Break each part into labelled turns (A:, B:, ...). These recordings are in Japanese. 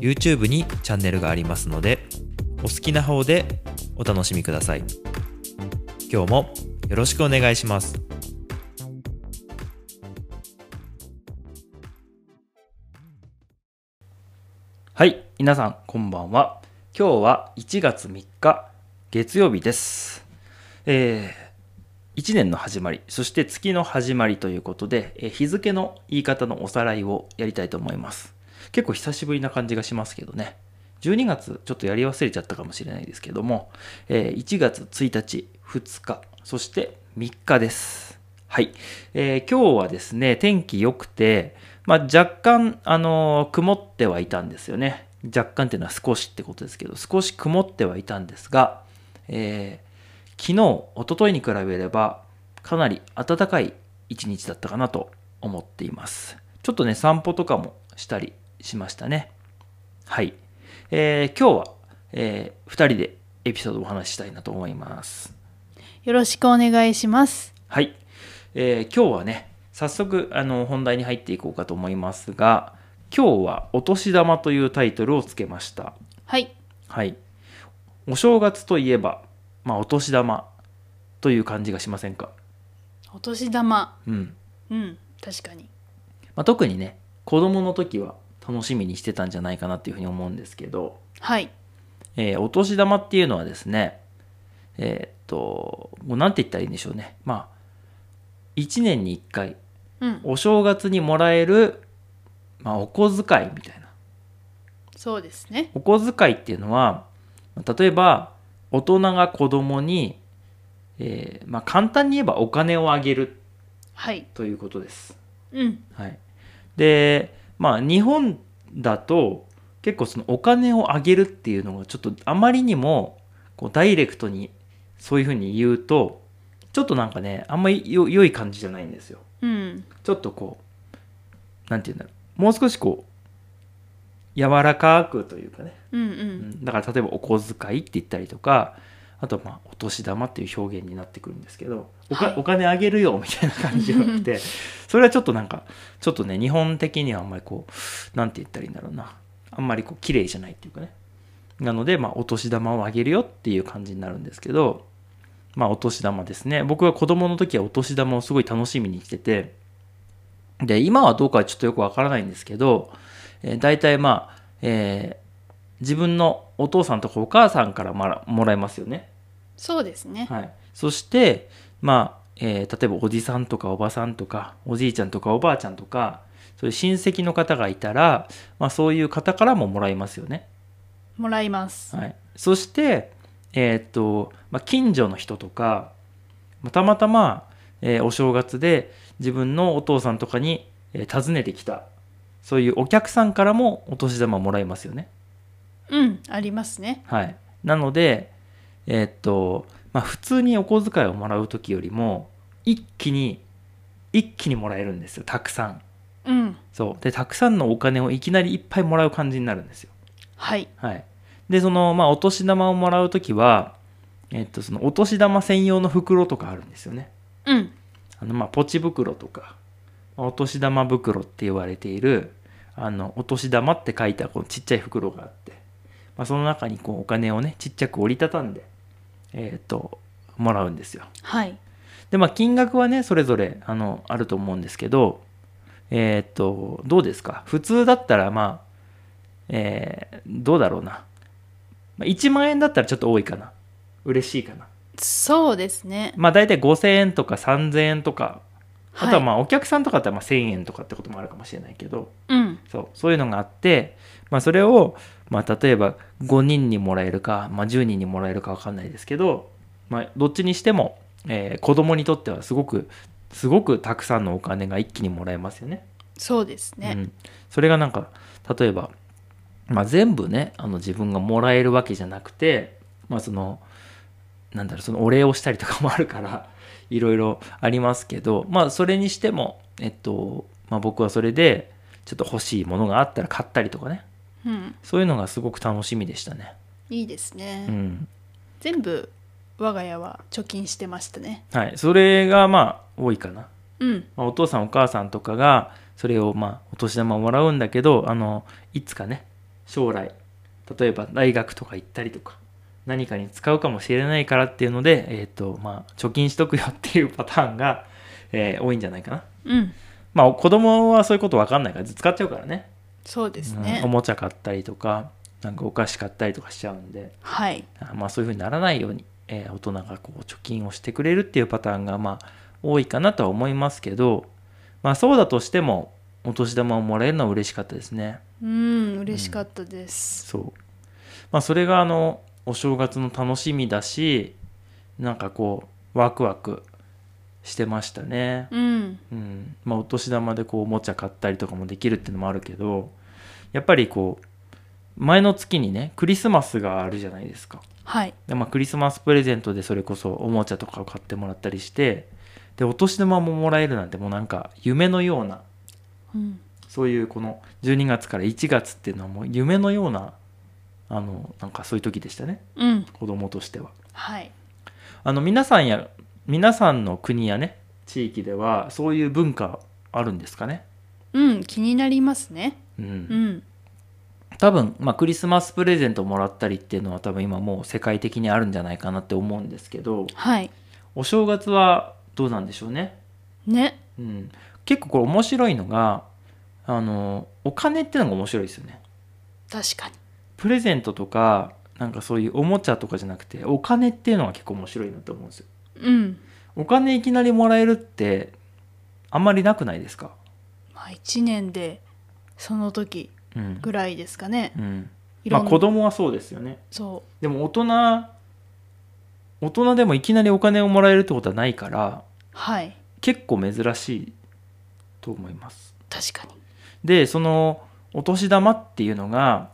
A: YouTube にチャンネルがありますのでお好きな方でお楽しみください今日もよろしくお願いします
B: はい、皆さんこんばんは。今日は1月3日月曜日です。え1年の始まり、そして月の始まりということで、えー日付の言い方のおさらいをやりたいと思います。結構久しぶりな感じがしますけどね。12月ちょっとやり忘れちゃったかもしれないですけども、えー1月1日、2日、そして3日です。はい、えー今日はですね、天気良くて、まあ、若干、あのー曇ってはいたんですよね。若干っていうのは少しってことですけど、少し曇ってはいたんですが、えー昨日、一昨日に比べれば、かなり暖かい一日だったかなと思っています。ちょっとね、散歩とかもしたりしましたね。はい。えー今日は、え2人でエピソードをお話ししたいなと思います。
C: よろしくお願いします。
B: はい、えー今日はね早速あの本題に入っていこうかと思いますが今日は「お年玉」というタイトルをつけました
C: はい。
B: はいお正月といえばまあお年玉という感じがしませんか
C: お年玉。
B: うん、
C: うん。確かに。
B: まあ、特にね子供の時は楽しみにしてたんじゃないかなっていうふうに思うんですけど、
C: はい。
B: えーお年玉っていうのはですねえーっともうなんて言ったらいいんでしょうねまあ1年に1回
C: うん。
B: お正月にもらえる、まあ、お小遣いみたいな
C: そうですね。
B: お小遣いっていうのは例えば大人が子供に、えーまあ、簡単に言えばお金をあげる
C: はい。
B: ということです、
C: うん。
B: はい、でまあ日本だと結構そのお金をあげるっていうのがちょっとあまりにもこうダイレクトにそういうふうに言うとちょっとなんかねあんまりよ良い感じじゃないんですよ
C: うん。
B: ちょっとこうなんて言うんだろうもう少しこう柔らかくというかね、
C: うんう。
B: うんんだから例えばお小遣いって言ったりとかあとまあお年玉っていう表現になってくるんですけどおか、
C: はい
B: お金あげるよみたいな感じじゃなく てそれはちょっとなんかちょっとね日本的にはあんまりこうなんて言ったらいいんだろうなあんまりこう綺麗じゃないっていうかねなのでまあお年玉をあげるよっていう感じになるんですけどまあお年玉ですね僕は子供の時はお年玉をすごい楽しみにしててで今はどうかはちょっとよくわからないんですけど、えー、大体まあ、えー自分のお父さんとかお母さんからまらもらえますよね、
C: そうですね。
B: はい、そしてまあ、えー例えばおじさんとかおばさんとかおじいちゃんとかおばあちゃんとかそういう親戚の方がいたら、まあ、そういう方からももらえますよね、
C: もらいます。
B: はい、そして、えーっとまあ、近所の人とか、まあたまたま、えーお正月で自分のお父さんとかに、えー訪ねてきたそういうお客さんからもお年玉もらえますよね。
C: うん。ありますね。
B: はい、なので、えーっとまあ、普通にお小遣いをもらう時よりも一気に一気にもらえるんですよたくさん。
C: うん。
B: そうでたくさんのお金をいきなりいっぱいもらう感じになるんですよ。
C: はい。
B: はい、でその、まあ、お年玉をもらう時は、えっと、そのお年玉専用の袋とかあるんですよね
C: うん。
B: あの、まあ、ポチ袋とかまあお年玉袋って言われているあのお年玉って書いたこのちっちゃい袋があって、まあ、その中にこうお金をねちっちゃく折りたたんで、えっともらうんですよ
C: はい。
B: でまあ金額はねそれぞれあのあると思うんですけどえーっとどうですか普通だったらまあえーどうだろうな、まあ、1万円だったらちょっと多いかな嬉しいかな
C: そうですね。
B: まあ大体5000円とか3000円とかあとはま
C: は
B: あお客さんとかだったらまあ1000円とかってこともあるかもしれないけど
C: い。うん。
B: そうそういうのがあって、まあ、それを、まあ、例えば5人にもらえるか、まあ、10人にもらえるか分かんないですけど、まあ、どっちにしても、えー子供にとってはすごくすごくたくさんのお金が一気にもらえますよね。
C: そうです
B: う
C: ね。
B: ん、それがなんか例えばまあ、全部ねあの自分がもらえるわけじゃなくて、まあ、そのなんだろうそのお礼をしたりとかもあるから いろいろありますけど、まあ、それにしても、えっとまあ、僕はそれでちょっと欲しいものがあったら買ったりとかね
C: うん、
B: そういうのがすごく楽しみでしたね。
C: いいですね、
B: うん
C: 全部我が家は貯金してましたね
B: はい、それがまあ多いかな。
C: うん
B: まあ、お父さんお母さんとかがそれをまあお年玉をもらうんだけどあのいつかね将来例えば大学とか行ったりとか何かに使うかもしれないからっていうので、えーとまあ、貯金しとくよっていうパターンが、えー多いんじゃないかな。
C: うん
B: まあ子供はそういうこと分かんないから使っちゃうからね
C: そうです
B: うんお
C: ね、
B: もちゃ買ったりとかなんかお菓子買ったりとかしちゃうんで
C: はい
B: あまあそういうふうにならないように、えー大人がこう貯金をしてくれるっていうパターンがまあ多いかなとは思いますけど、まあ、そうだとしてもお年玉をもらえるのは嬉しかったですね
C: うん嬉しかったです、
B: そう、まあ、それがあのお正月の楽しみだしなんかこうワクワクしてましたね
C: うん
B: うんまあ、お年玉でこうおもちゃ買ったりとかもできるっていうのもあるけどやっぱりこう前の月にねクリスマスがあるじゃないですか
C: はい
B: で、まあ、クリスマスプレゼントでそれこそおもちゃとかを買ってもらったりしてでお年玉ももらえるなんてもうなんか夢のような
C: うん
B: そういうこの12月から1月っていうのはもう夢のようなあのなんかそういう時でしたね
C: うん
B: 子供としては。
C: はい
B: あの皆さんや皆さんの国やね地域ではそういう文化あるんですかね
C: うん気になりますね
B: うん
C: うん
B: 多分、まあ、クリスマスプレゼントもらったりっていうのは多分今もう世界的にあるんじゃないかなって思うんですけど
C: はい
B: お正月はどうなんでしょうね、
C: ね
B: うん、結構これ面白いのがあのお金ってのが面白いですよね
C: 確かに
B: プレゼントとかなんかそういうおもちゃとかじゃなくてお金っていうのが結構面白いなと思うんですよ
C: うん
B: お金いきなりもらえるってあんまりなくないですか
C: まあ1年でその時
B: うん、
C: ぐらいですかね
B: うん、
C: い
B: まあ
C: ろんな、
B: 子供はそうですよね
C: そ
B: でも大人大人でもいきなりお金をもらえるってことはないから
C: うはい
B: 結構珍しいと思います
C: 確かに
B: でそのお年玉っていうのが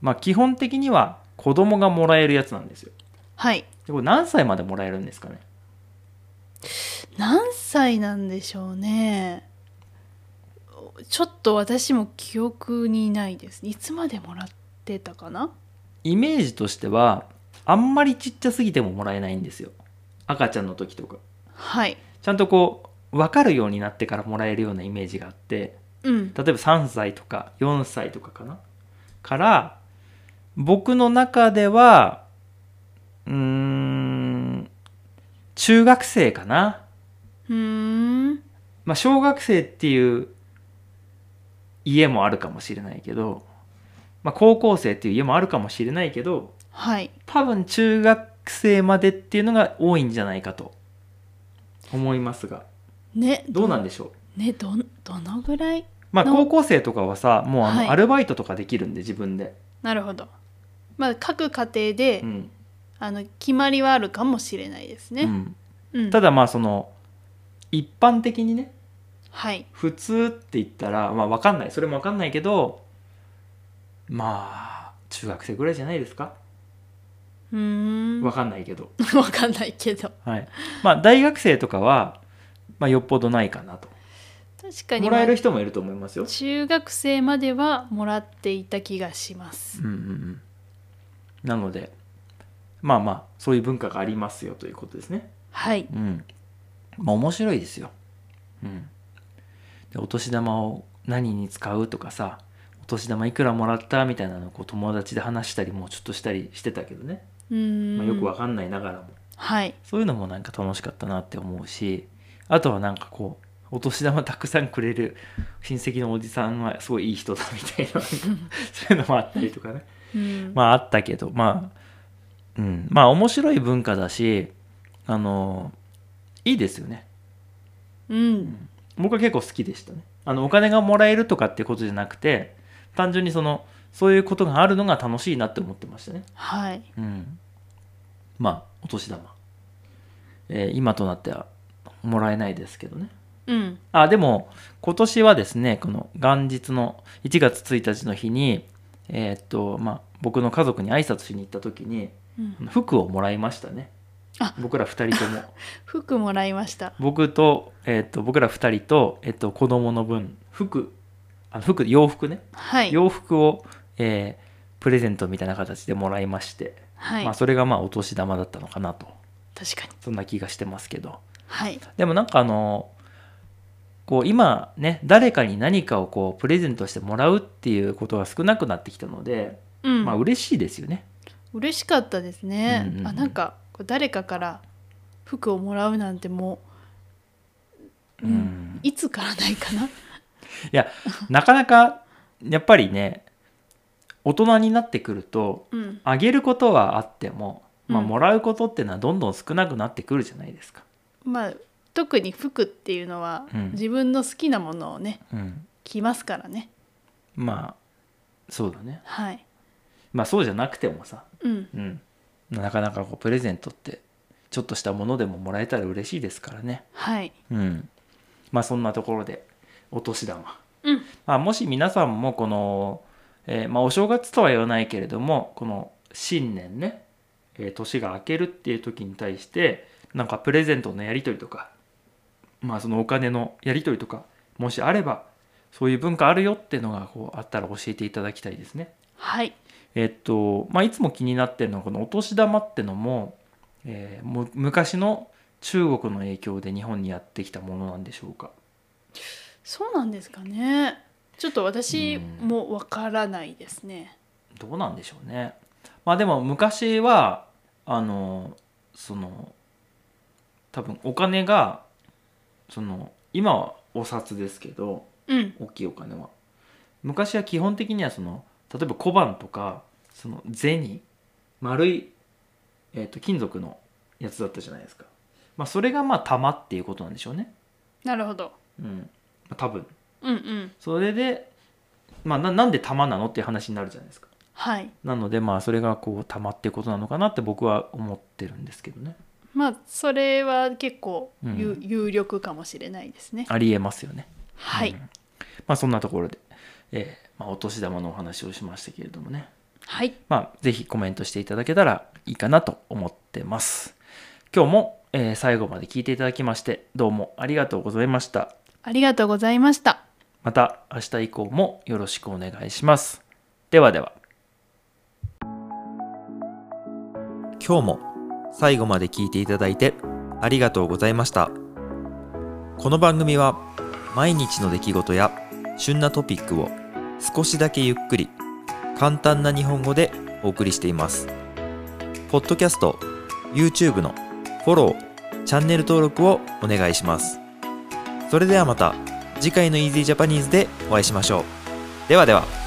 B: まあ基本的には子供がもらえるやつなんですよ
C: はい
B: でこれ何歳までもらえるんですかね
C: 何歳なんでしょうねちょっと私も記憶にないですいつまでもらってたかな
B: イメージとしてはあんまりちっちゃすぎてももらえないんですよ赤ちゃんの時とか
C: はい
B: ちゃんとこう分かるようになってからもらえるようなイメージがあって
C: う
B: 例え
C: ん
B: ば3歳とか4歳とかかなから僕の中ではうーん中学生かな、
C: うーん
B: まあ、小学生っていう家もあるかもしれないけど、まあ、高校生っていう家もあるかもしれないけど
C: はい
B: 多分中学生までっていうのが多いんじゃないかと思いますが
C: ね
B: どうなんでしょう
C: ねどんどのぐらい
B: まあ
C: の
B: 高校生とかはさもうあ
C: はい
B: のアルバイトとかできるんで自分で、
C: なるほどまあ各家庭で、
B: うん
C: あの決まりはあるかもしれないです
B: う
C: ね、
B: ん、
C: うん、
B: ただまあその一般的にね
C: はい
B: 普通って言ったらまあ分かんないそれも分かんないけどまあ中学生ぐらいじゃないですか
C: うーん
B: 分
C: わ
B: かんないけど、
C: かんないけど
B: はいまあ大学生とかは、まあ、よっぽどないかなと
C: 確かに
B: もらえる人もいると思いますよ、
C: 中学生まではもらっていた気がします
B: うんうんうん、なのでまあまあそういう文化がありますよということですね
C: はい
B: うんまあ面白いですよ、うん、でお年玉を何に使うとかさお年玉いくらもらったみたいなのをこう友達で話したりもうちょっとしたりしてたけどね、
C: うーん、
B: まあ、よくわかんないながらも、
C: はい
B: そういうのもなんか楽しかったなって思うしあとはなんかこうお年玉たくさんくれる親戚のおじさんはすごいいい人だみたい なそういうのもあったりとかね
C: うん
B: まああったけどまあうんまあ面白い文化だしあのいいですよね
C: うん
B: 僕は結構好きでしたねあのお金がもらえるとかってことじゃなくて単純にそのそういうことがあるのが楽しいなって思ってましたね
C: はい
B: うんまあお年玉、えー今となってはもらえないですけどね
C: うん
B: あでも今年はですねこの元日の1月1日の日に、えーっとまあ、僕の家族に挨拶しに行った時に
C: うん、
B: 服をもらいましたね
C: あ
B: 僕ら2人とも
C: 服もらいました
B: 僕と,、えーっと僕ら2人と、えーっと子供の分服あ服洋服ね
C: はい
B: 洋服を、えープレゼントみたいな形でもらいまして、
C: はい、
B: まあ、それがまあお年玉だったのかなと
C: 確かに
B: そんな気がしてますけど
C: はい
B: でもなんかあのこう今ね誰かに何かをこうプレゼントしてもらうっていうことが少なくなってきたので、
C: うん、
B: まあ嬉しいですよね。
C: 嬉しかったですね、
B: うんうんうん
C: あなんかこう誰かから服をもらうなんてもう、うん
B: うん
C: いつからないかな
B: なかなかやっぱりね大人になってくると
C: うん
B: あげることはあっても、まあ、
C: うん
B: もらうことってのはどんどん少なくなってくるじゃないですか。
C: まあ特に服っていうのは、
B: うん
C: 自分の好きなものをね
B: うん、
C: 着ますからね
B: まあそうだね。
C: はい
B: まあそうじゃなくてもさ、
C: うん
B: うん、なかなかこうプレゼントってちょっとしたものでももらえたら嬉しいですからね。
C: はい
B: うん、まあそんなところでお年玉、
C: うん
B: まあ、もし皆さんもこの、えーまあ、お正月とは言わないけれどもこの新年ね、えー年が明けるっていう時に対してなんかプレゼントのやり取りとか、まあ、そのお金のやり取りとかもしあればそういう文化あるよっていうのがこうあったら教えていただきたいですね。
C: はい
B: えっとまあ、いつも気になってるのはこのお年玉ってのも,、えーもう昔の中国の影響で日本にやってきたものなんでしょうか。
C: そうなんですかねちょっと私
B: うん
C: もわからないですね
B: どうなんでしょうね。まあ、でも昔はあのその多分お金がその今はお札ですけど
C: うん
B: 大きいお金は昔は基本的にはその例えば小判とかその銭丸い、えー、と金属のやつだったじゃないですか、まあ、それがまあ玉っていうことなんでしょうね、
C: なるほど
B: うん、多分
C: うんうん
B: それで、まあ、ななんで玉なのっていう話になるじゃないですか
C: はい
B: なのでまあそれがこう玉っていうことなのかなって僕は思ってるんですけどね
C: まあそれは結構有,、
B: うん
C: 有力かもしれないですね
B: ありえますよねう
C: は
B: ん
C: い
B: まあそんなところで、えーまあ、お年玉のお話をしましたけれどもね
C: はい
B: まあ、ぜひコメントしていただけたらいいかなと思ってます。今日も、えー最後まで聞いていただきまして、どうもありがとうございました。
C: ありがとうございました
B: また明日以降もよろしくお願いします。ではでは。
A: 今日も最後まで聞いていただいてありがとうございましたこの番組は毎日の出来事や旬なトピックを少しだけゆっくり簡単な日本語でお送りしていますポッドキャスト YouTube のフォローチャンネル登録をお願いしますそれではまた次回の Easy Japanese でお会いしましょうではでは